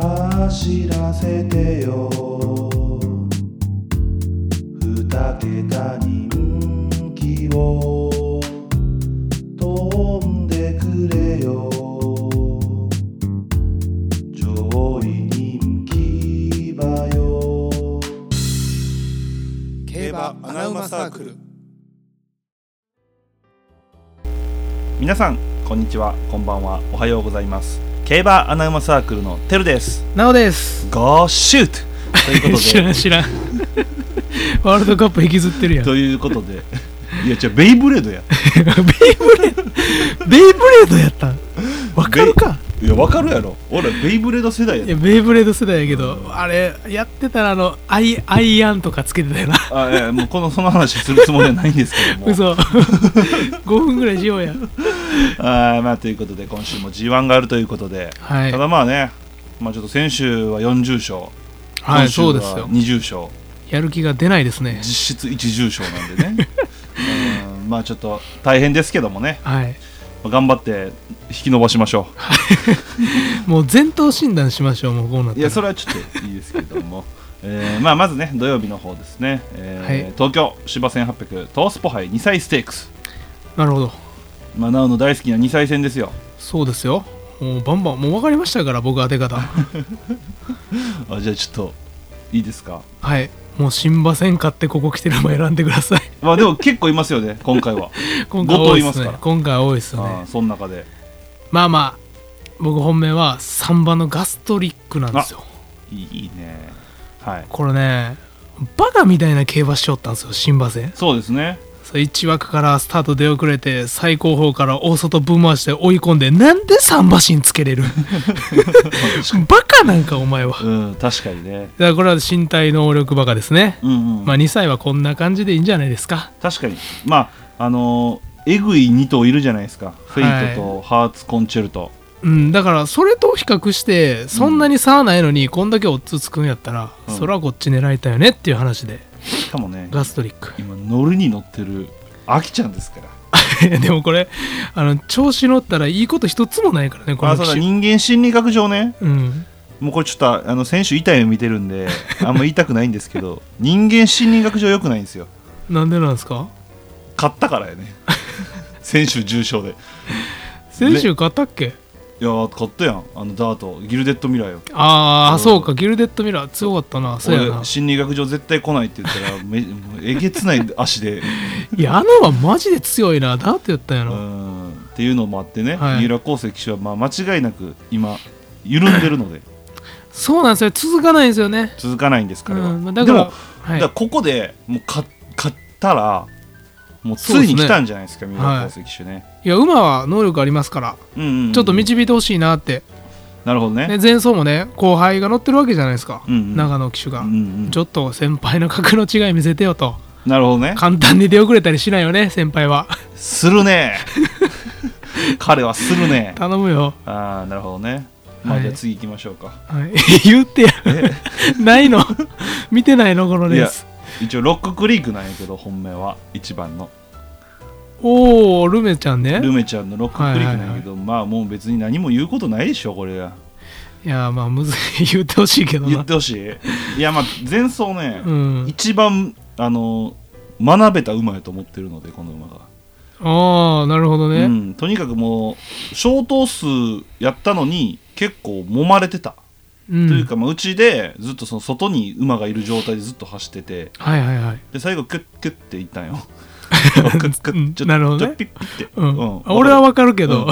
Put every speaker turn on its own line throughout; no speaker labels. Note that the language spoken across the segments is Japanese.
走らせてよ二桁人気を飛んでくれよ上位人気馬よ
競馬アナウマサークル
皆さんこんにちはこんばんはおはようございます競馬アナウマサークルのテルです
なおです。
ゴーシュートということ
知らん
で
知らん。ワールドカップ引きずってるやん。ベ
ということでいやじゃベイブレードや
イブレード、ベイブレードやったん。わかるか。
いやわかるやろ俺ベイブレード世代や
いや、ベイブレード世代やけど、あれ、やってたら、あの、アイ、アイアンとかつけてたよな。
あいやもうこのその話するつもりはないんですけども
嘘。5分ぐらいしようや。
あーまあということで今週も G1 があるということで、
はい
た。だまあねまあちょっと先週は40勝
はい、
今週
そう
は
ですよ。
20勝
やる気が出ないですね
実。質一重賞な んでねうんまあちょっと大変ですけどもね
はい。
頑張って引き伸ばしましょ
もう全頭診断しましょう、もうこうなっ
う
た
いや
ら。
それはちょっといいですけども、えーまあ、まずね土曜日の方ですね、えー
はい
東京芝1800トースポ杯2歳ステークス
なるほど。
まあなおの大好きな2歳戦ですよ
そうですよ。もうバンバン、もう分かりましたから、僕は当て 方。
あじゃあちょっといいですか
はい。もう新馬戦買ってここ来てる馬選んでください。
ま あでも結構いますよね今回は
今回多いで
五頭います
す
か
ね
ら。
今回多いですよ
あ
ね
ー。その中で
まあまあ、僕本命は3番のガストリックなんですよ。
いいいいねはい
これね、バカみたいな競馬しよったんですよ、新馬戦。
そうですね
そう1枠からスタート出遅れて、最高峰から大外ぶん回して追い込んで、なんで3馬身つけ れるバカなんかお前は。だか
うん確かにね
らこれは身体能力バカですね。
うんうん、
まあ2歳はこんな感じでいいんじゃないですか。
確かにまああのーえぐい2頭いるじゃないですか、フェイトとハーツコンチェルト
うん、だからそれと比較してそんなに差はないのに、こんだけオッズつくんやったら、
うん
それはこっち狙いたよねっていう話で
しかもね
ガストリック
今乗るに乗ってるアキちゃんですか ら
でもこれあの調子乗ったらいいこと一つもないからねこの
あそう
騎
だ
手
人間心理学上ね
うん、
もうこれちょっとああの先週痛い目見てる んであんま言いたくないんですけど人間心理学上良くないんですよ
なんでなんですか
勝ったからや ね先週重賞でい
先週買ったっけ
やー勝ったやんあのダートギルデッドミラーよ
あ
う
あ
ん
そうかギルデッドミラー強かったなそうやな
俺心理学上絶対来ないって言ったらめもうえげつない足 で
いやあのはマジで強いなだって言ったんや
う
ろ
んっていうのもあってね、
はい
三浦航生騎手はまあ間違いなく今緩んでる ので
そうなんですよ続かないんですよね
続かないんです彼は、
うんまあだから
でも
は
だから
い
ここでもう勝勝ったらもうつ
そうで
い
す
に
ね
来たんじゃないですか三浦
はい
航生騎手ね、
いや馬は能力ありますから、
うんうんうん
ちょっと導いてほしいなって
なるほどね
ね、前走もね後輩が乗ってるわけじゃないですか、
うんうん
長野騎手が、
うんうん
ちょっと先輩の格の違い見せてよと
なるほどね
簡単に出遅れたりしないよね先輩は
するね彼はするね
頼むよ、
ああなるほどねまあ、
はい
じゃあ次行きましょうか
はい 言ってやないの見てないのこのレース
一応ロッククリークなんやけど本命は一番の
おおルメちゃんね
ルメちゃんのロッククリークなんやけど、まあもう別に何も言うことないでしょこれが
いやまあむずい 言ってほしいけど
言っ
な
てほしいいやまあ前走ね、
うん
一番あの学べた馬やと思ってるのでこの馬が
ああなるほどね、
うん、とにかくもう小頭数やったのに結構揉まれてた、
うん
というか、まあ、うちでずっとその外に馬がいる状態でずっと走ってて
はいはいはい
で最後クックッっていったん よクックッちょっと
なるほどね
ちょっとピッピッって、
うん、
うん
あ俺はわかるけど、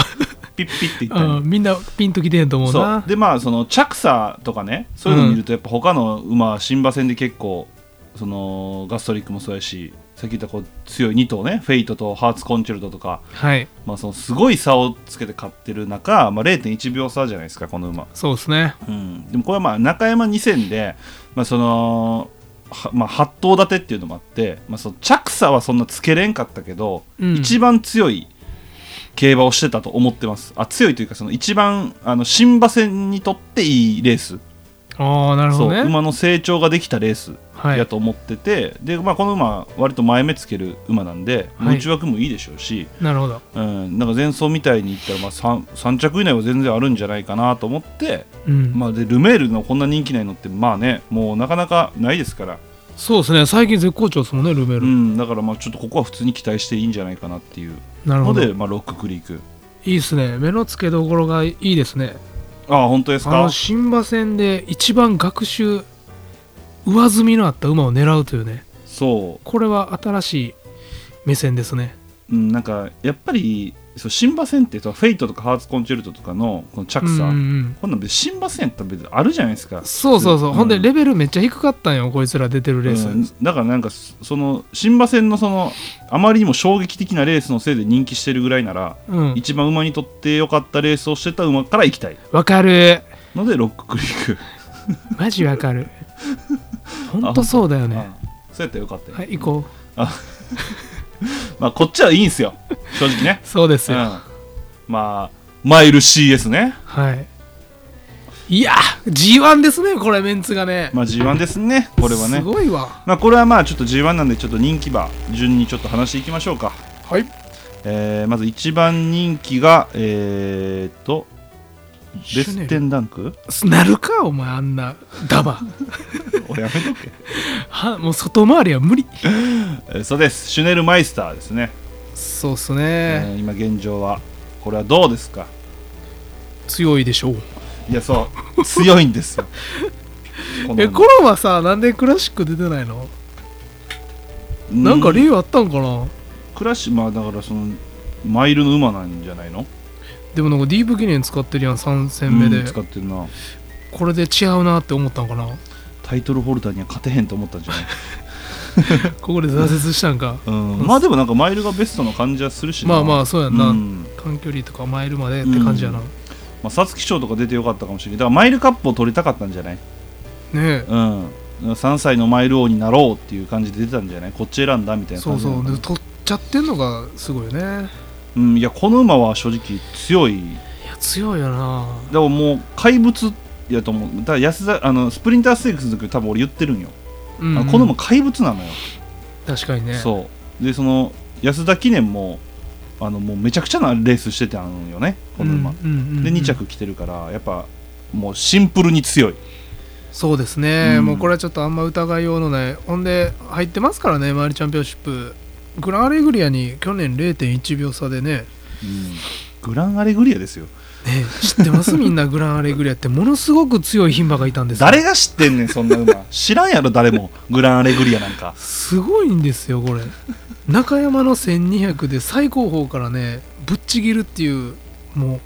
ピッピッっていっ
う
たん
ん
よ
みんなピンときてんと思う
そう
な
でまあその着差とかねそういうの見るとやっぱ他の馬は新馬戦で結構そのガストリックもそうやしさっき言ったこう強い2頭ねフェイトとハーツコンチェルトとか
はい
まあ、そのすごい差をつけて勝ってる中、まあ、0.1秒差じゃないですかこの馬、
そうですね
うん、でもこれはまあ中山2000で、まあそのはまあ、8頭立てっていうのもあって、まあ、その着差はそんなつけれんかったけど、
うん
一番強い競馬をしてたと思ってますあ強いというかその一番あの新馬戦にとっていいレース
ああなるほ
そ
ど
う
ね
馬の成長ができたレース
はい
やと思ってて、で、まあ、この馬割と前目つける馬なんで、
はい
内枠もいいでしょうし、
なるほど
うん、なんか前走みたいにいったら、まあ、3, 3着以内は全然あるんじゃないかなと思って、
うん、
まあ、でルメールのこんな人気ないのってまあねもうなかなかないですから、
そうですね最近絶好調ですもんねルメー
う
ル、
ん、だからまあちょっとここは普通に期待していいんじゃないかなっていう
なる
の
ほど
で、
い
まあ、ロッククリーク
いですね目の付けどころがいいですね
ああ本当です
あの
か
新馬戦で一番学習上積みのあった馬を狙うというね
そ
これは新しい目線ですね
う、うん、なんかやっぱりそう新馬戦ってさフェイトとかハーツコンチェルトとかのこの着差、
うんうんうん
こんなん別に新馬戦やったら別にあるじゃないですか
そうそうそう、
うん
ほんでレベルめっちゃ低かったんよこいつら出てるレース、
うんだからなんかそその新馬戦のそのあまりにも衝撃的なレースのせいで人気してるぐらいなら、
うん
一番馬にとって良かったレースをしてた馬から行きたい
わかる
のでロッククリーク
マジわか るほんとそうだよね
あそうやったらよかったよ、
はい行こ
まあこっちはいいんすよ正直ね
う そうです
うん
よ、
まあマイル CS ね
はいいや G1 ですねこれメンツがね、
まあ G1 ですねこれは
す
ね
ごいわ
まあこれはまあちょっと G1 なんでちょっと人気馬順にちょっと話していきましょうか
はい
えーまず一番人気がえー、っとベステンダンク
なるかお前あんなダバ
おやめとけ
はもう外回りは無理
えーそうですシュネルマイスターですね、
そうっす
え
ね、
ー今現状はこれはどうですか
強いでしょう
いやそう強いんですよこ の
えコロはさなんでクラシック出てないの、
う
なんか理由あったんかな
クラシまあだからそのマイルの馬なんじゃないの
でもなんかディープ記念使ってるやん3戦目で、
うん使ってるな
これで違うなって思った んかな
タイトルホルダーには勝てへんと思ったんじ ゃない、
ここで挫折したんか
うん、まあでもなんかマイルがベストな感じはするしな
まあまあそうやんな、
うん
短距離とかマイルまでって感じやな、
うまあ皐月賞とか出てよかったかもしれないだからマイルカップを取りたかったんじゃない
ねえ
うん3歳のマイル王になろうっていう感じで出てたんじゃないこっち選んだみたいな
そ
感
う
じな
そ
の
う
かな
で取っちゃってんのがすごいよね
うん、いやこの馬は正直強い
いや強いよな
でももう怪物やと思うだから安田あのスプリンターステークスの時多分俺言ってるんよ、
うん
あのこの馬怪物なのよ、
確かにね
そうでその安田記念もあのもうめちゃくちゃなレースしてたんよねこの馬、
うんうんうんうん
で2着来てるからやっぱもうシンプルに強い
そうですね、
うん
もうこれはちょっとあんま疑いようのないほんで入ってますからねマイルチャンピオンシップグランアレグリアに去年0.1秒差でね
グランアレグリアですよ
ね知ってます みんなグランアレグリアってものすごく強い牝馬がいたんですよ
誰が知ってんねんそんな 馬知らんやろ誰もグランアレグリアなんか
すごいんですよこれ中山の1200で最高峰からねぶっちぎるっていうも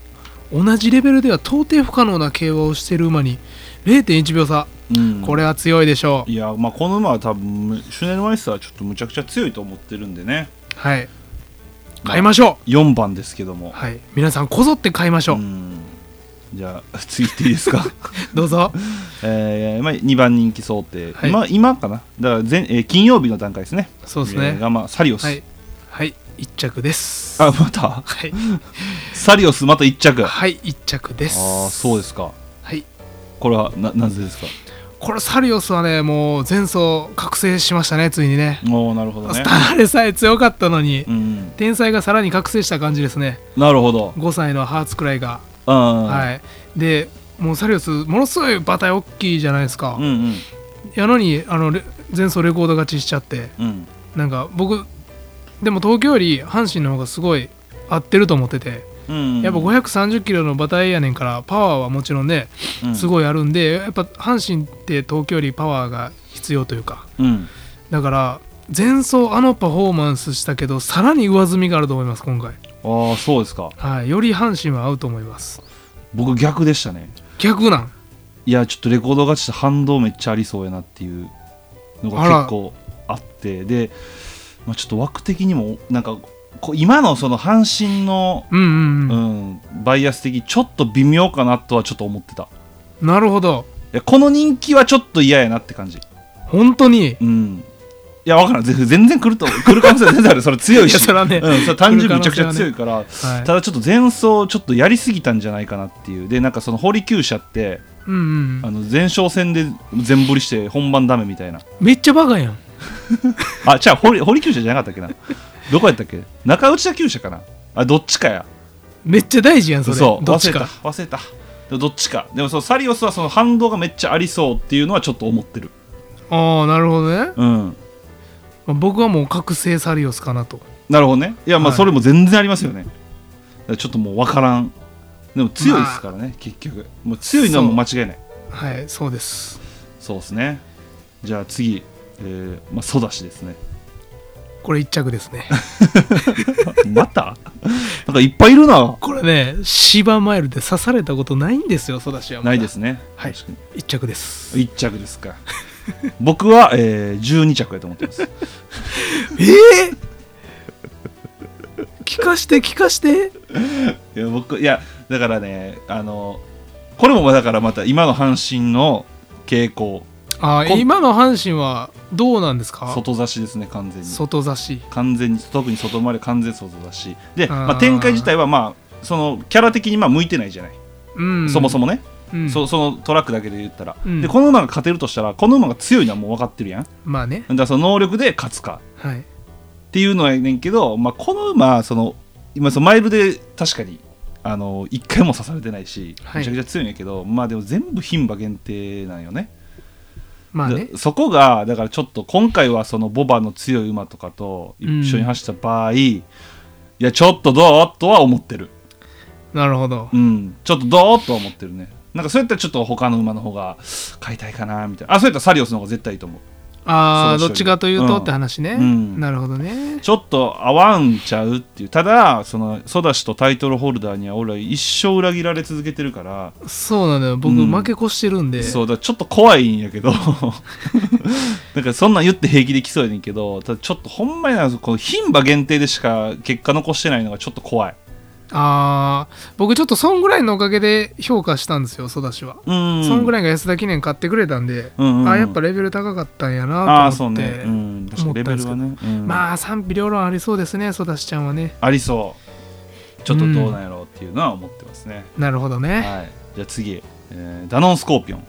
う同じレベルでは到底不可能な競馬をしてる馬に0.1秒差
うん
これは強いでしょう、
いやまあこの馬は多分シュネルマイスターはちょっとむちゃくちゃ強いと思ってるんでね
はい買いましょ
4番ですけども
う、はい皆さんこぞって買いましょう、
うんじゃあ次行っていいですか
どうぞ
えーまあ、2番人気想定、
はい
今今かなだから前、えー金曜日の段階ですね
そうです
えー
ね
が、まあ、サリオス、
はいはい一着です
あまた
はい
サリオスまた1着あ
はい一着です
あそうですか
はい
これはななぜですか
これサリオスはねもう前走覚醒しましたねついにね
おおなるほどね
あれさえ強かったのに、
うん
天才がさらに覚醒した感じですね
なるほど
5歳のハーツくらいが、
うん、
はいでもうサリオスものすごい馬体大きいじゃないですか、
うんうん
やのにあのレ前走レコード勝ちしちゃって
うん
なんか僕でも東京より阪神の方がすごい合ってると思ってて、
うん
やっぱ530キロの馬体やねんからパワーはもちろんねす
い、
ごいあるんでやっぱ阪神って東京よりパワーが必要というか
うん、
だから前走あのパフォーマンスしたけどさらに上積みがあると思います今回
ああそうですか
はいより阪神は合うと思います
僕逆でしたね
逆なん
いやちょっとレコード勝ちした反動めっちゃありそうやなっていうのが
あら
結構あってで、まあ、ちょっと枠的にもなんかこう今のその阪神の、
うんうん
う
うん、
ん、バイアス的にちょっと微妙かなとはちょっと思ってたい
なるほど
やこの人気はちょっと嫌やなって感じ
本当に
うんいや分からんぜ全然来ると来る可能性は全然あ るそれ強い
い
し
やそれはね
うん、それ単純にめちゃくちゃ強いから、
はい
ただちょっと前走ちょっとやりすぎたんじゃないかなっていうでなんかその堀厩舎って
うんうん
あの前哨戦で全振りして本番ダメみたいな
めっちゃバカやん
あじゃあ堀堀厩舎じゃなかったっけなどこやったっけ中内田厩舎かなあどっちかや
めっちゃ大事やんそれ
そう
どっち
忘れた
か
忘れたでもどっちかでもそのサリオスはその反動がめっちゃありそうっていうのはちょっと思ってる
ああなるほどね、
うん
まあ僕はもう覚醒サリオスかなと
なるほどねいやまあ
はい
それも全然ありますよね、だからちょっともう分からんでも強いですからね、結局もう強いのはもう間違いない
はいそうです
そうですねじゃあ次、えーまあ、ソダシですね
これ一着ですね
またなんかいっぱいいるな
これね芝マイルで刺されたことないんですよソダシはまだ
ないですね
はい
確かに
一着です
1着ですか僕は、えー、12着やと思って ます
ええ聞かして聞かして
いや僕いやだからねあのこれもだからまた今の阪神の傾向
ああ
こん
今の阪神はどうなんですか
外差しですね完全に
外差し
完全に特に外回り完全外差しで、ま
あ
あ、
ー
展開自体はまあそのキャラ的にまあ向いてないじゃない、
うん
そもそもね、
うん
そそのトラックだけで言ったら、
うん
でこの馬が勝てるとしたらこの馬が強いのはもう分かってるやんだか
まあね
らその能力で勝つか
はい
っていうのやねんけど、まあ、この馬その今そのマイルで確かにあの1回も刺されてないし、
はい
めちゃくちゃ強いんやけどまあでも全部牝馬限定なんよね,
ま
で、
あね
そこがだからちょっと今回はそのボバの強い馬とかと一緒に走った場合、いやちょっとどうとは思ってる
なるほど
うんちょっとどうとは思ってるねなんかそうやったらちょっと他の馬の方が買いたいかなみたいなあそうやったらサリオスの方が絶対いいと思う
ああ
そ
ど
う
っ
でし
ち
ょう
かというとって話ね、
うん
なるほどね
ちょっと合わんちゃうっていうただそのソダシとタイトルホルダーには俺は一生裏切られ続けてるから、
そうなのよ僕
うん
負け越してるんで、
そうだからちょっと怖いんやけど なんかそんなん言って平気できそうやねんけどただちょっとほんまになこの牝馬限定でしか結果残してないのがちょっと怖い
ああ僕ちょっとそんぐらいのおかげで評価したんですよソダシは、
うん
そんぐら
らい
いが安田記念買ってくれたんで、
うんうん
ああやっぱレベル高かったんや
あ
な
あ
と
そう
思って
ねうん確か
思
に
った
レ
んで
ベ
す
ル
けど
はね、うん
まあ賛否両論ありそうですねソダシちゃんはね
ありそうちょっとどうなんやろうっていうのは思ってますね、
なるほどね
はいじゃあ次、えーダノンスコーピオン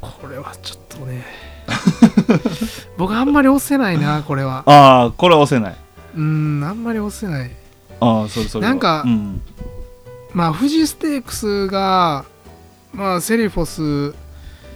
これはちょっとね 僕あんまり押せないなこれは
ああこれは押せない
うんあんまり押せない
ああそれそれは
なんか
うん
まあ富士ステークスがまあセリフォス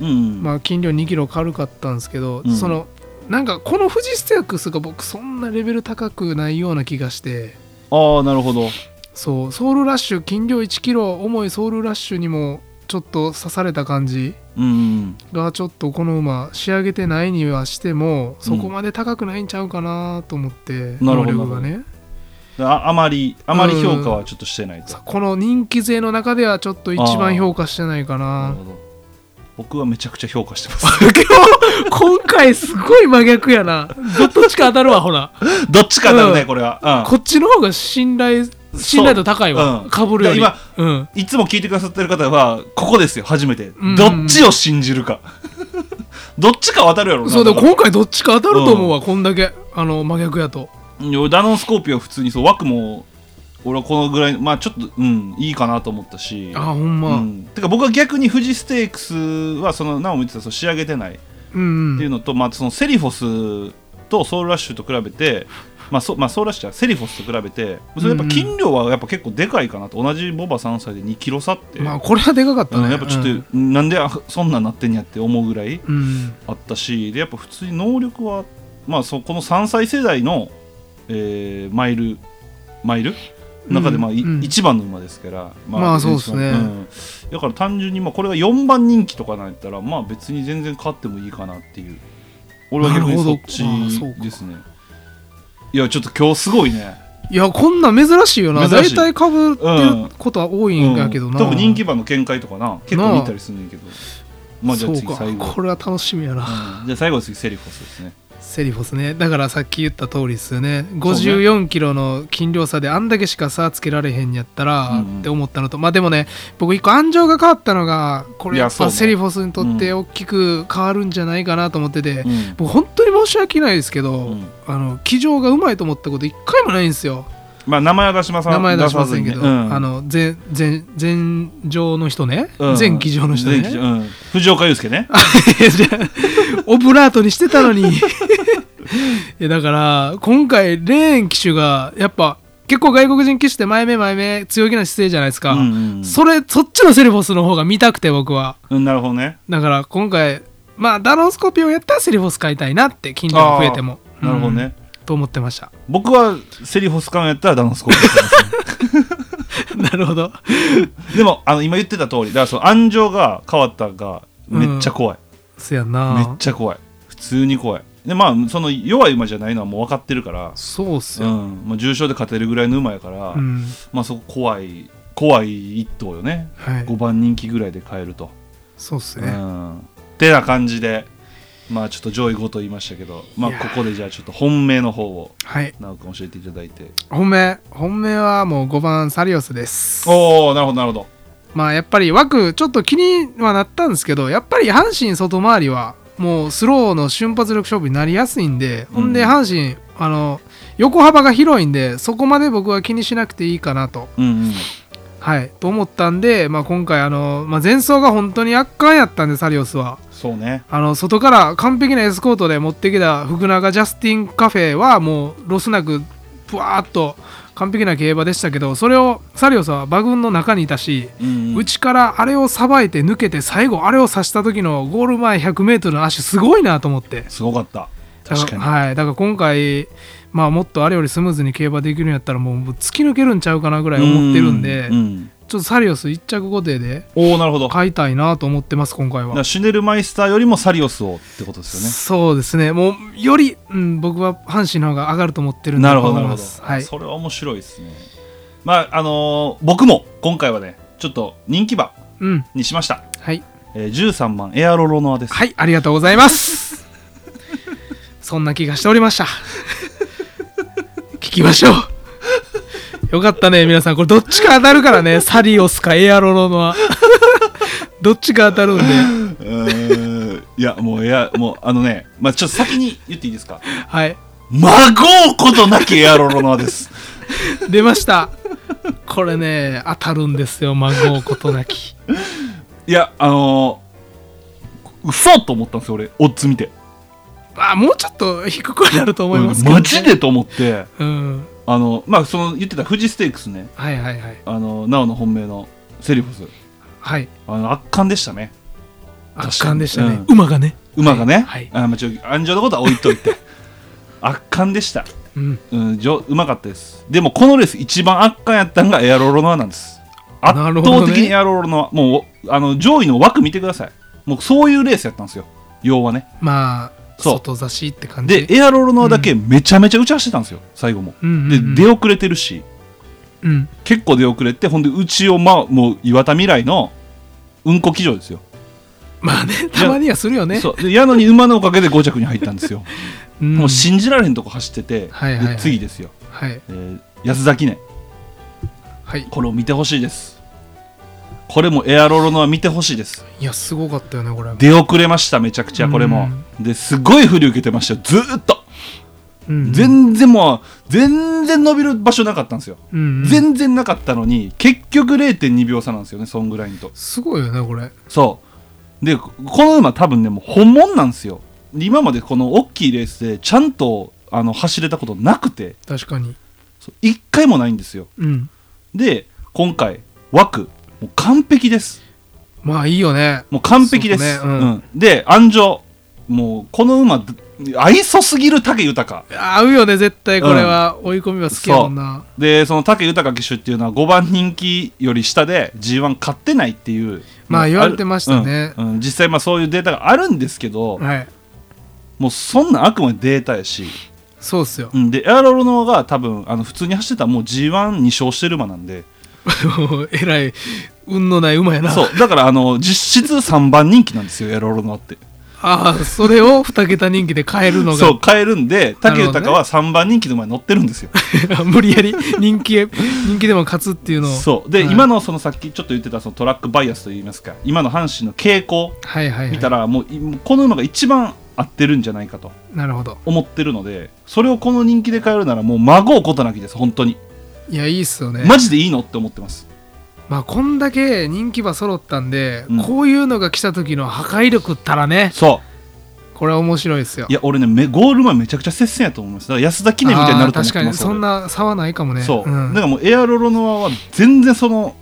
うんうん
まあ、斤量2キロ軽かったんですけど、
うん
そのなんかこの富士ステークスが僕そんなレベル高くないような気がして
ああなるほど
そうソウルラッシュ斤量1キロ重いソウルラッシュにもちょっと刺された感じ
うんうん
がちょっとこの馬仕上げてないにはしてもそこまで高くないんちゃうかなと思って、
なるほど
能力がね
ああまりあまり評価はちょっとしてないと
さこの人気勢の中ではちょっと一番評価してないか
な
な
るほど僕はめちゃくちゃ評価してま す
今日 今回すごい真逆やなどっちか当たるわほら
どっちかだ
う
ね
ん
これは
こっちの方が信頼信頼度高いわ、
うん
かぶるより
だか
うん、
うんいつも聞いてくださってる方はここですよ初めて
ん
どっちを信じるか どっちか渡るやろな
そうで
だから
今回どっちか当たると思うわ、こんだけあの真逆やと
いやダノンスコーピオン普通にそう枠も俺はこのぐらいまあちょっとうんいいかなと思ったし
あほんま、う、
うんんてか僕は逆に富士ステークスはそのなお見てたその仕上げてない
うん
っていうのと、まあ、そのセリフォスとソウルラッシュと比べて、まあそまあ、ソウルラッシュじゃないセリフォスと比べてそれやっぱ斤量はやっぱ結構でかいかなと同じボバ3歳で2キロ差って、
まあこれはでかかったね、
うんやっぱちょっと、
うん、
なんであそんなんなってんやって思うぐらい
うん
あったしでやっぱ普通に能力は、まあ、そこの3歳世代の、えーマイルマイル
うん
中でまあ、い
うん
一番の馬ですから、
まあそうですね
んだから単純にまあこれが4番人気とかなんやったらまあ別に全然勝ってもいいかなっていう俺は逆に
なる
そ
ほ
っ
どああそう
ち
か
ですねいやちょっと今日すごいね、
いやこんなん珍しいよな
珍
大
しい
体かぶってることは多いんやけど
うん
な、
特に人気馬の見解とかな結構見たりするんだけどまあじゃ
そ
あ
う
次
か
最後、
これは楽しみやな、
うんじゃあ最後は次セリフォスですね
セリフォスねだからさっき言った通りですよね54キロの斤量差であんだけしか差つけられへんやったら
うんうん
って思ったのと、まあでもね僕一個暗情が変わったのがこれ
い
や
や
っ
そ
ぱ
うね
セリフォスにとって大きく変わるんじゃないかなと思ってて、
うん
僕本当に申し訳ないですけど、
うん
あの騎乗がうまいと思ったこと一回もないんですよ
まあ名前は出しません
名前出しませんけど、
出さずにねうん
あの全全全上の人ね、
うん
全議場の人
前騎
ね
乗うん藤岡祐介ね
いやじゃあ オブラートにしてたのに いやだから今回レーン騎手がやっぱ結構外国人騎手って前目前目強気な姿勢じゃないですか、
うんうん
それそっちのセレボスの方が見たくて僕は
うんなるほどね
だから今回まあダノンスコピーをやったらセリフォス買いたいなって金利が増えても
なるほどね、
うんと思ってました
僕はセリフォスカンやったらダノンスコー プですね
なるほど
でもあの今言ってた通りだからその暗情が変わったがめっちゃ怖い、
そや
めっ
な
ちゃ怖い普通に怖いでまあその弱い馬じゃないのはもう分かってるから、
そうっす
うん
よ、
まあ、重傷で勝てるぐらいの馬やから、
うん
まあそこ怖い怖い一頭よね
はい
5番人気ぐらいで買えると、
そうっす
う
ね、
んてな感じでまあちょっと上位5と言いましたけどまあ
いや
こ
ー
こでじゃあちょっと本命の方を
はい
直君教えていただいて
本命本命はもう5番サリオスです
おおなるほどなるほど
まあやっぱり枠ちょっと気にはなったんですけどやっぱり阪神外回りはもうスローの瞬発力勝負になりやすいんで、ほんで
うん
阪神あの横幅が広いんでそこまで僕は気にしなくていいかなと
うんうん
はい、と思ったんで、まあ、今回あの、まあ、前走が本当に圧巻やったんでサリオスは
そうね
あの外から完璧なエスコートで持ってきた福永ジャスティンカフェはもうロスなくぶわーっと完璧な競馬でしたけどそれをサリオスは馬群の中にいたし
うんうん
内からあれをさばいて抜けて最後あれを刺した時のゴール前 100m の足すごいなと思って
すごかった
だ
確かに
はい、だから今回、まあ、もっとあれよりスムーズに競馬できるんやったらもう突き抜けるんちゃうかなぐらい思ってるんで。
ううん
ちょっとサリオス一着固定で
おおなるほどだか
買いたいなと思ってます今回
ら
は
シュネルマイスターよりもサリオスをってことです
そうですねもうより、うん、僕は阪神の方が上がると思ってる
よね
んで
なるほど
と
な
思い
る
ま
ほど
すはい
それは面白いですねまああのー僕も今回はねちょっと人気馬
うん
にしました
はい、
えー13番エアロロノアです
はい、ありがとうございます そんな気がしておりました聞きましょうよかったね皆さんこれどっちか当たるからねサリオスかエアロロノアどっちか当たるんで
うーんいやもうエアもうあのねまあちょっと先に言っていいですか
はい
孫うことなきエアロロノアです
出ましたこれね当たるんですよ孫うことなき
いやあのー、嘘と思ったんですよ俺オッズ見て
あもうちょっと低くはなると思いますけど、ね
マジでと思って
うん
あのまあその言ってた富士ステークスね
はいはいはい
あのなおの本命のセリフォス
はい
あの圧巻でしたねかに
圧巻でしたね、
うん
馬がね
馬がね、
はい
あまあ、ちょ安城のことは置いと いて圧巻でした、
うん
うん、じょうまかったですでもこのレース一番圧巻やったのがエアロロノアなんです圧
なるほどね
倒的にエアロロノア、もうあの上位の枠見てくださいもうそういうレースやったんですよ要はね
まあ
そう
外差しって感じ
でエアロロノアだけめちゃめちゃ打ち走ってたんですよ最後も、
うんうんう
で
ん
出遅れてるし
うん
結構出遅れてほんでうちを、ま、もう岩田未来のうんこ騎乗ですよ
まあねたまにはするよね
そうでやのに馬のおかげで5着に入ったんです よ、
うん
もう信じられへんとこ走ってて、
はいはいはい
で次ですよ、
はい
えー安田記念
はい
これを見てほしいですこれもエアロロノは見てほしいです
いやすごかったよねこれ
出遅れましためちゃくちゃこれもですごい振り受けてましたよずーっと
うん
全然もう全然伸びる場所なかったんですよ
うんうん
全然なかったのに結局0.2秒差なんですよねそんぐらいにと
すごいよねこれ
そうでここの馬多分ねもう本物なんですよ今までこの大きいレースでちゃんとあの走れたことなくて
確かに
そう一回もないんですよ
うん
で今回枠もう完璧です
まあいいよね
もう完璧です、
そうねう
うんんで安城もうこの馬愛想すぎる武豊
合うよね絶対これは、追い込みは好きやもんな
でその武豊騎手っていうのは5番人気より下で g 1勝ってないっていう
まあ
る
言われてましたね
うんうん実際まあそういうデータがあるんですけど、
はい
もうそんなんあくまでデータやし、
そうっすよ
うん、でエアロロノが多分あの普通に走ってたらもう g 1 2勝してる馬なんで
えらい運のない馬やな
そうだからあの実質3番人気なんですよエアロロノって
ああそれを2桁人気で買えるのが
そう変えるんで
なるほどね
武豊は3番人気の馬に乗ってるんですよ
無理やり人気へ人気でも勝つっていうのを
そう
は
で、
い
今のそのさっきちょっと言ってたそのトラックバイアスといいますか今の阪神の傾向
はいはい、はい、
見たらもういもうこの馬が一番合ってるんじゃないかと
なるほど
思ってるのでそれをこの人気で変えるならもう孫うことなきです本当に
いやいいっすよね
マジでいいのって思ってます
まあこんだけ人気馬揃ったんで、
うん
こういうのが来た時の破壊力ったらね
そ
これは面白いですよ
ういや俺ねめゴール前めちゃくちゃ接戦やと思いますだから安田記念みたいになると思って
あー確か
ま
に
す
そんな差はないかもね
俺そう、
ん
だからもうエアロロノアは全然その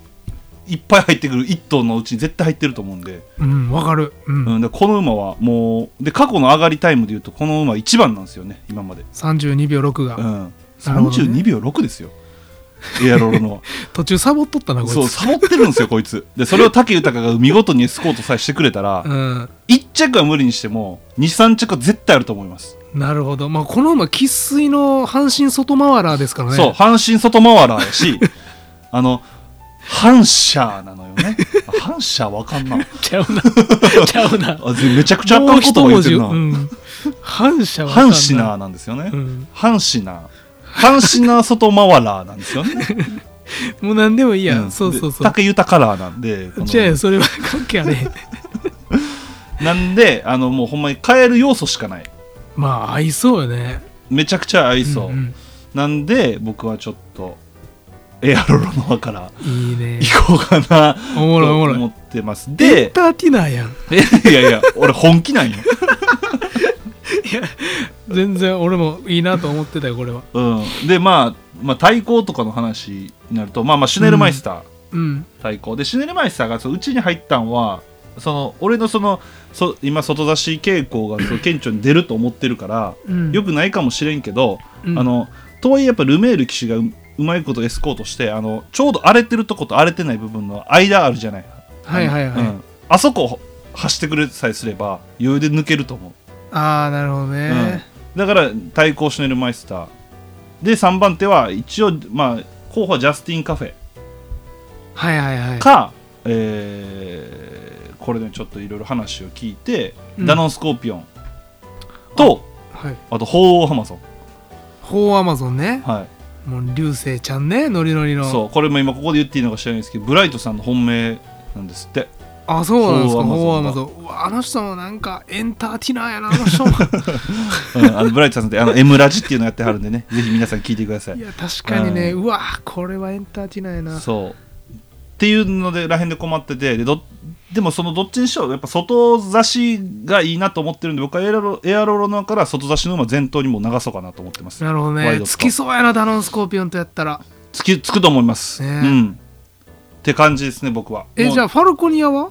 いっぱい入ってくる1頭のうちに絶対入ってると思うんで,、
うんわかるうん、
うん、でこの馬はもうで過去の上がりタイムでいうとこの馬1番なんですよね今まで、
32秒6が、
うん、
なるほどね
32秒6ですよエアロロノア
途中サボっとったなこ いつ
そうサボってるんですよこいつでそれを武豊が見事にエスコートさえしてくれたら、
うん
1着は無理にしても23着は絶対あると思います、
なるほど、まあ、この馬生粋の阪神外回らーですからね
そう阪神外回らーやし あの反射なのよ ねあ反射わかんな
ちゃう なちゃうな
あぜめちゃくちゃあかんことを言ってるな、
もう一文字うん、反射はあかん
反
な
シナーなんですよね、
うん、
反シナー反シナー外回らーなんですよね
もう何でもいいや、
ん
ん、そうそうそ
で
う
武豊カラーなんでこの
じゃあそれは関係あれへ ん
なんであのもうほんまに変える要素しかない
まあ合いそうよね
めちゃくちゃ合いそう、
ん
なんで僕はちょっとエアロロノアから
うんいいね
行こうかな
おもろいおも
と
ろ
思
い
ってます
エン
で
ターテイナーやん
いやいや俺本気なんよ、
全然俺もいいなと思ってたよこれは
うん、で、まあ、まあ対抗とかの話になるとまあまあシュネルマイスター
うん
対抗、でシュネルマイスターがそうちに入ったんはその俺のそのそ今外出し傾向がそう顕著に出ると思ってるから
うん
よくないかもしれんけど、
うん
あのとはいえやっぱルメール騎手がううまいことエスコートしてあのちょうど荒れてるとこと荒れてない部分の間あるじゃない
はいはいはい、
うんあそこを走ってくれさえすれば余裕で抜けると思う、
ああなるほどね、
うん、だから対抗シュネルマイスターで3番手は一応まあ候補はジャスティン・カフェ
はいはいはい
か、えーこれでちょっといろいろ話を聞いて、
うん
ダノン・スコーピオンと
はい
あと鳳凰ハマゾン、
ほうアマゾンね
はい、
もう流星ちゃんねノリノリの
そうこれも今ここで言っていいのか知らないですけどブライトさんの本命なんですって
あそうなんですか
ほう
ほうア
アマ
マ
ゾ
ゾンうわあの人もなんかエンターテイナーやなあの 人も
うん あのブライトさんってあの M ラジっていうのやってはるんでねぜひ皆さん聞いてください
いや確かにね、うわこれはエンターテイナーやな
そうっていうのでらへんで困っててでどでもそのどっちにしろやっぱ外差しがいいなと思ってるんで僕はエアロエアロロのから外差しの馬全頭にもう流そうかなと思ってます
なるほど
ワイ
ね
ドと
つきそうやなダノンスコーピオンとやったら
つきつくと思います、
ね
うんって感じですね僕は
え
もう
じゃあファルコニアは
フ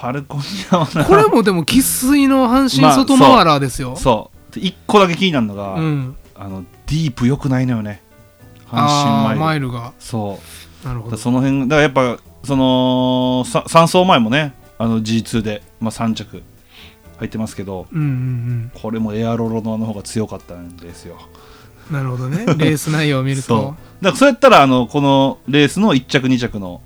ァルコニアは な
これもでも生粋の阪神
まあ
外回らーですよ、
そうで一個だけ気になるのが、
うん
あのディープ良くないのよね阪神
あ
マイ
あ
ル
マイルが
そう
なる
だ
ほど
からその辺だからやっぱそのさ3走前もねあの G2 で、まあ、3着入ってますけど
うんうん
これもエアロロノアの方が強かったんですよ
うんなるほど ねレース内容を見る
そうだ
と
からそうやったらあのこのレースの1着2着の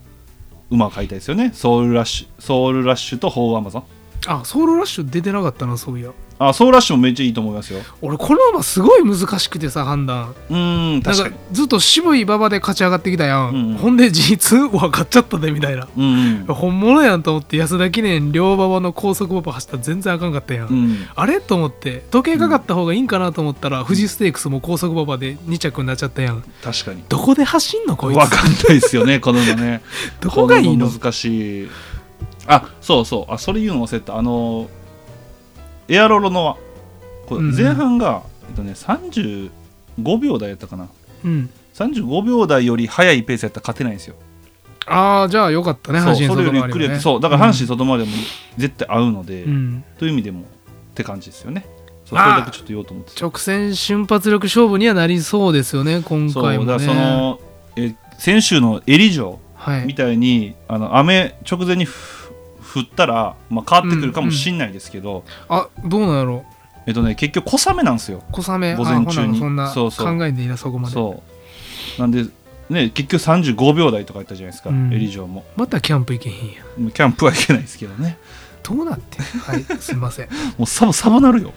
馬を買いたいですよねソウルラッシュソウルラッシュとホーアマゾン
あソウルラッシュ出てなかったなそういや
あソウルラッシュもめっちゃいいと思いますよ
俺この馬すごい難しくてさ判断
うーん
なん
確か
か
に
ずっと渋い馬場で勝ち上がってきたやん、
うんうん
ほんで G2 分かっちゃったでみたいな
うん
本物やんと思って安田記念両馬場の高速馬場走ったら全然あかんかったやん、
うん、うん、
あれと思って時計かかった方がいいんかなと思ったら、富士ステークスも高速馬場で2着になっちゃったやん
確かに
どこで走んのこいつ
わかんないですよねこの馬ね
どこがいいの
こ難しいあそうそうあそれ言うの忘れてたあのエアロロノアこれ
うん
前半が、えっとね、35秒台やったかな
うん
35秒台より速いペースやったら勝てないんですよ、
ああじゃあよかったね
そう
阪神
それよ
外
りゆっ
回り
くり
は
やって
ね
そうだから阪神外回りでも絶対合うので、
うんうん
という意味でもって感じですよねそうそれ
あー
だけちょっと言おうと思ってた
直線瞬発力勝負にはなりそうですよね今
そう
回も
だ
ね
からそのえ先週のエリ城
はい
みたいにあの雨直前にふ降ったら、まあ、変わってくるかもしんないですけど、
あどうなんやろ
えっとね結局小雨なんですよ
う小雨
午前中に
あほな
そ
そ
うんそ
な
う
考えんでいいなそこまで
そうなんでね結局35秒台とか言ったじゃないですか、
うん
エリジョも
またキャンプ行けへんやん
キャンプはいけないですけどね
どうなって んのはいすいません
もうサボサボな るよ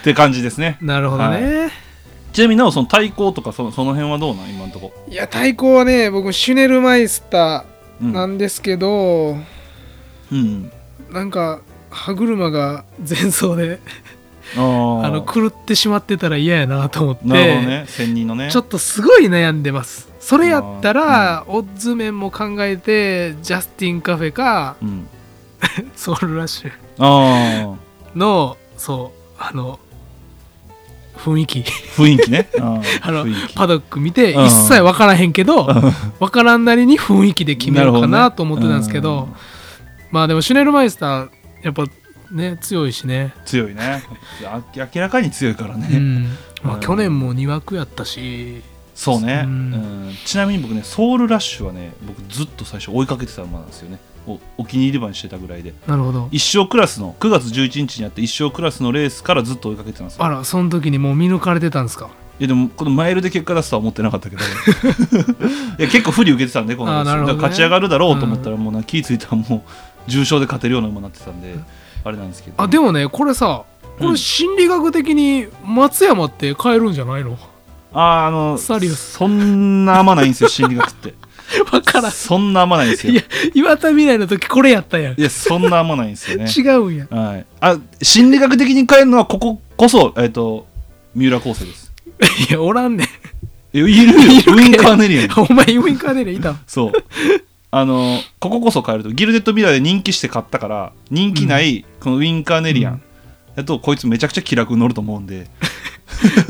って感じですね
なるほどね、
ちなみになおその対抗とかそのその辺はどうなん今のとこ、
い、や対抗はね僕シュネルマイスタ
う
ー
ん、
なんですけど、
うんうん
なんか歯車が前走で
あー
あの狂ってしまってたら嫌やなと思って、
なるほどね仙人のね
ちょっとすごい悩んでますそれやったら、オッズ面も考えてジャスティンカフェか
うん
ソウルラッシュ
あ
のそうあの雰囲気
ー雰囲気ねあ
あの
ー雰囲気
パドック見て
うん
一切分からへんけど分からんなりに雰囲気で決めようか
なるほど
な
ね
と思ってたんですけどまあでもシュネルマイスターやっぱね強いしね、
強いねあ明らかに強いからね、
うんま
う
あ、
ん
去年も2枠やったし
そうね、う
うんん
ちなみに僕ねソウルラッシュはね僕ずっと最初追いかけてた馬なんですよねおお気に入り馬にしてたぐらいで
なるほど
一生クラスの9月11日にあって一生クラスのレースからずっと追いかけてたんですよ
あらその時にもう見抜かれてたんですか
いやでもこのマイルで結果出すとは思ってなかったけど いや結構不利受けてたんでこのレース
あーなるほどね
だから勝ち上がるだろうと思ったらもうな気付いたらもう重傷で勝てるような馬になってたんであれなんですけど、
あでもねこれさこ
うん
れ心理学的に松山って変えるんじゃ ないの
あーあの
サリウス
そんな甘ないんですよ心理学って
わ からん
そんな甘ないんですよ
いや岩田未来の時これやったやん
いやそんな甘ないんですよね
違うんや
はい、あ心理学的に変えるのはこここそ、えっと三浦康生です
いやおらんねん
えいるよウィンカーネリアン
お前ウインカーネリアンいた
そう あのこここそ変えるとギルデッドミラーで人気して買ったから人気ないこのウィンカーネリア
う
ン
ん
だとこいつめちゃくちゃ気楽に乗ると思うんで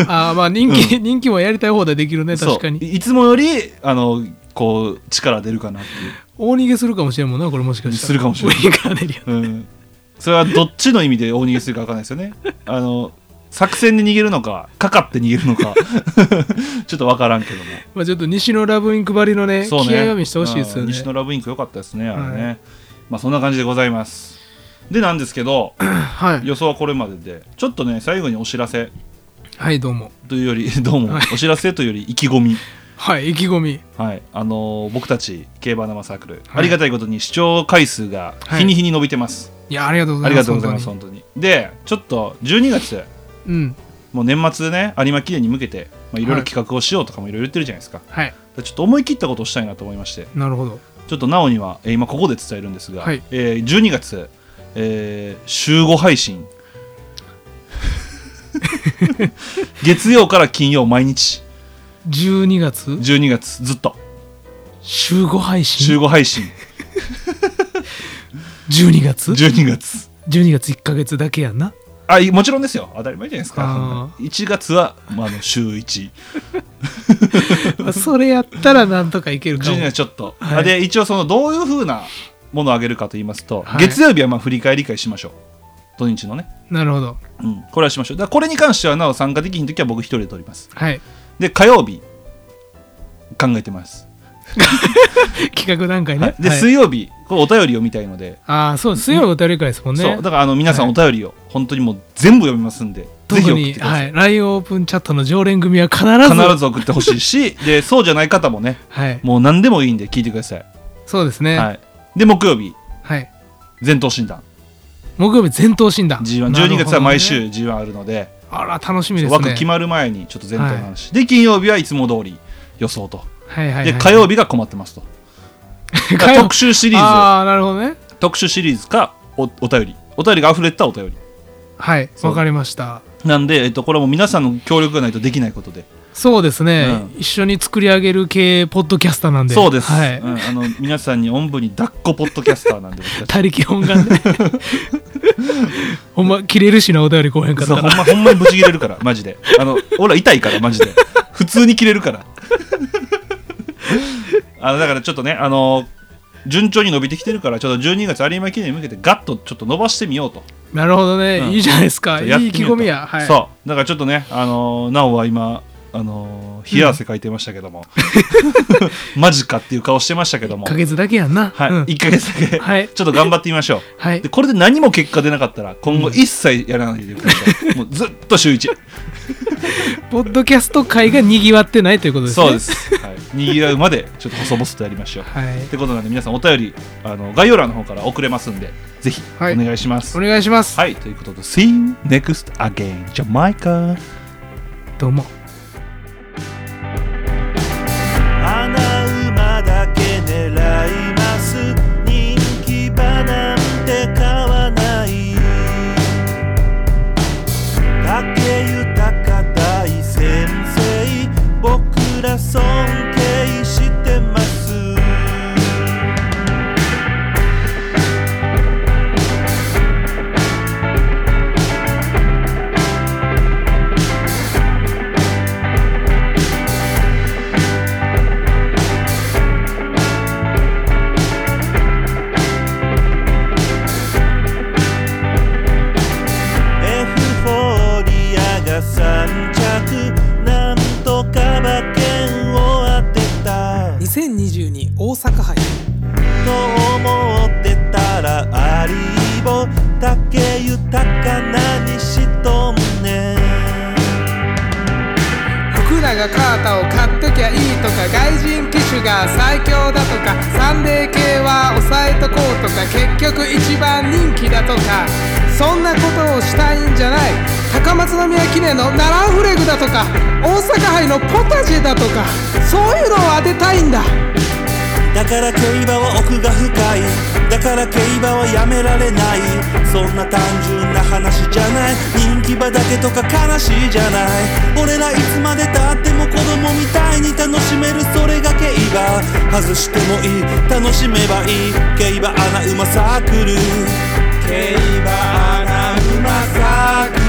あーまあ人気、人気もやりたい放題できるね
そう
確かに
いつもよりあのこう力出るかなって
大逃げするかもしれんもんなこれもしかしたら
するかもしれん
ウィンカーネリアン
いう、うん、それはどっちの意味で大逃げするか分かんないですよねあの作戦で逃げるのかかかって逃げるのか ちょっと分からんけども
まあちょっと西のラブインクばりのね
そうね、
気合を見せてほしいですよ
うん
ね
西のラブインク良かったですね、あれね。
は
まあそんな感じでございます。でなんです けど、
はい
予想はこれまでで、ちょっとね、最後にお知らせ
はいどうも
というより、 どうも
はい、
お知らせというより意気込み。
はい意気込み
はい、あのー僕たち競馬生サークル、
はい
ありがたいことに視聴回数が
はい
日に日に伸びてます。
いやありがとうござ
あ
い
り
ま
が
す
とうございます、
本
本当に。で、ちょっと12月、
当にうん
もう年末でね、有馬記念に向けて、まあ、いろい
は
ろ
い
企画をしようとかもいろいろ言ってるじゃないですか。
はい
ちょっと思い切ったことをしたいなと思いまして、
なるほど
ちょっとなおには、えー今ここで伝えるんですが、
はい
えー12月、えー週5 配信月曜から金曜毎日
12月
12月ずっと
週5配信
週5配信
12月
12月
12月1か月だけやん な
あいもちろんですよ当たり 前じゃないですか
あ
1月は、まあ、あの週112
それやったらなんとかいけるかも
月ちょっと、
はい
で一応そのどういうふうなものをあげるかと言いますと、
はい
月曜日はまあ振り返り会しましょう土日のね、
なるほど
うん、これはしましょうだからこれに関してはなお参加できひん時は僕一人で撮ります
はい
で火曜日考えてます、
企画段階
は
ね
い、で、
はい
水曜日これお便り読みたいので、
ああそう水曜お便り会ですもんね
そうだからあの皆さん
は
お
い
便りを本当にもう全部読みますんで、ぜ
特
ひ送って
に、
くださ、
はいい、ライオンオープンチャットの常連組は必ず
必ず送ってほしいし でそうじゃない方もね
はい、
もう何でもいいんで聞いてください、
そうですね、は
はいい、で木曜日全頭診断
木曜日全頭診断
G1、
なるほど
12
ね
月は毎週 G1 あるので
あら楽しみですね
枠決まる前にちょっと全頭の話、で金曜日はいつも通り予想と
はいはいはい、
で火曜日が困ってますと、
日
だから特集シリー
ああなるほどね
ズ特集シリーズかおお便りお便りが溢れたお便り
はい
そう
わかりました
なんで、えっと、これはもう皆さんの協力がないとできないことで、
そうですね、
う
一緒に作り上げる系ポッドキャスターなんで
そうです、
はい
うんあの皆さんにおんぶに抱っこポッドキャスターなんで僕たち
他力本願 でほんま切れるしなお便り来へんかっ
そ
た
うほん
ら
まほんまにブチ切れるからマジであの俺ら痛いからマジで普通に切れるからあのだからちょっとねあの順調に伸びてきてるからちょっと12月有馬記念に向けてガッとちょっと伸ばしてみようと
なるほどね、
うん
いいじゃないですかい
やって
い意
みようと
気込みやはい
そうだからちょっとねあのなおは今あの冷や汗かいてましたけ ども、マジかっていう顔してましたけども
1ヶ月だけやんな
はい、
うん
1ヶ月だけ、
はい
ちょっと頑張ってみましょう。
はい
で、これで何も結果出なかったら、今後一切やらないでください。もうずっと 週一。
ポッドキャスト界がにぎわってないということですね
そうです。はい、にぎわうまで、ちょっと細々とやり ましょう。
はい
ってことなんで、皆さんお便り、あの概要欄の方から送れますんで、ぜひお
はい
願いします。
お
はい、
願いします、
ということで、See you next again, Jamaica!
どうも
穴馬だけ狙います人気馬なんて買わない
2022大阪杯
と思ってたらアリーボ竹豊かなにしとんね
福永カータを買っときゃいいとか外人機種が最強だとかサンデー系は抑えとこうとか結局一番人気だとかそんなことをしたいんじゃない高松宮記念のナランフレグだとか大阪杯のポタジェだとかそういうのを当てたいんだ
だから競馬は奥が深いだから競馬はやめられないそんな単純な話じゃない人気馬だけとか悲しいじゃない俺らいつまでたっても子供みたいに楽しめるそれが競馬外してもいい楽しめばいい競馬アナウマサークル競馬アナウマサークル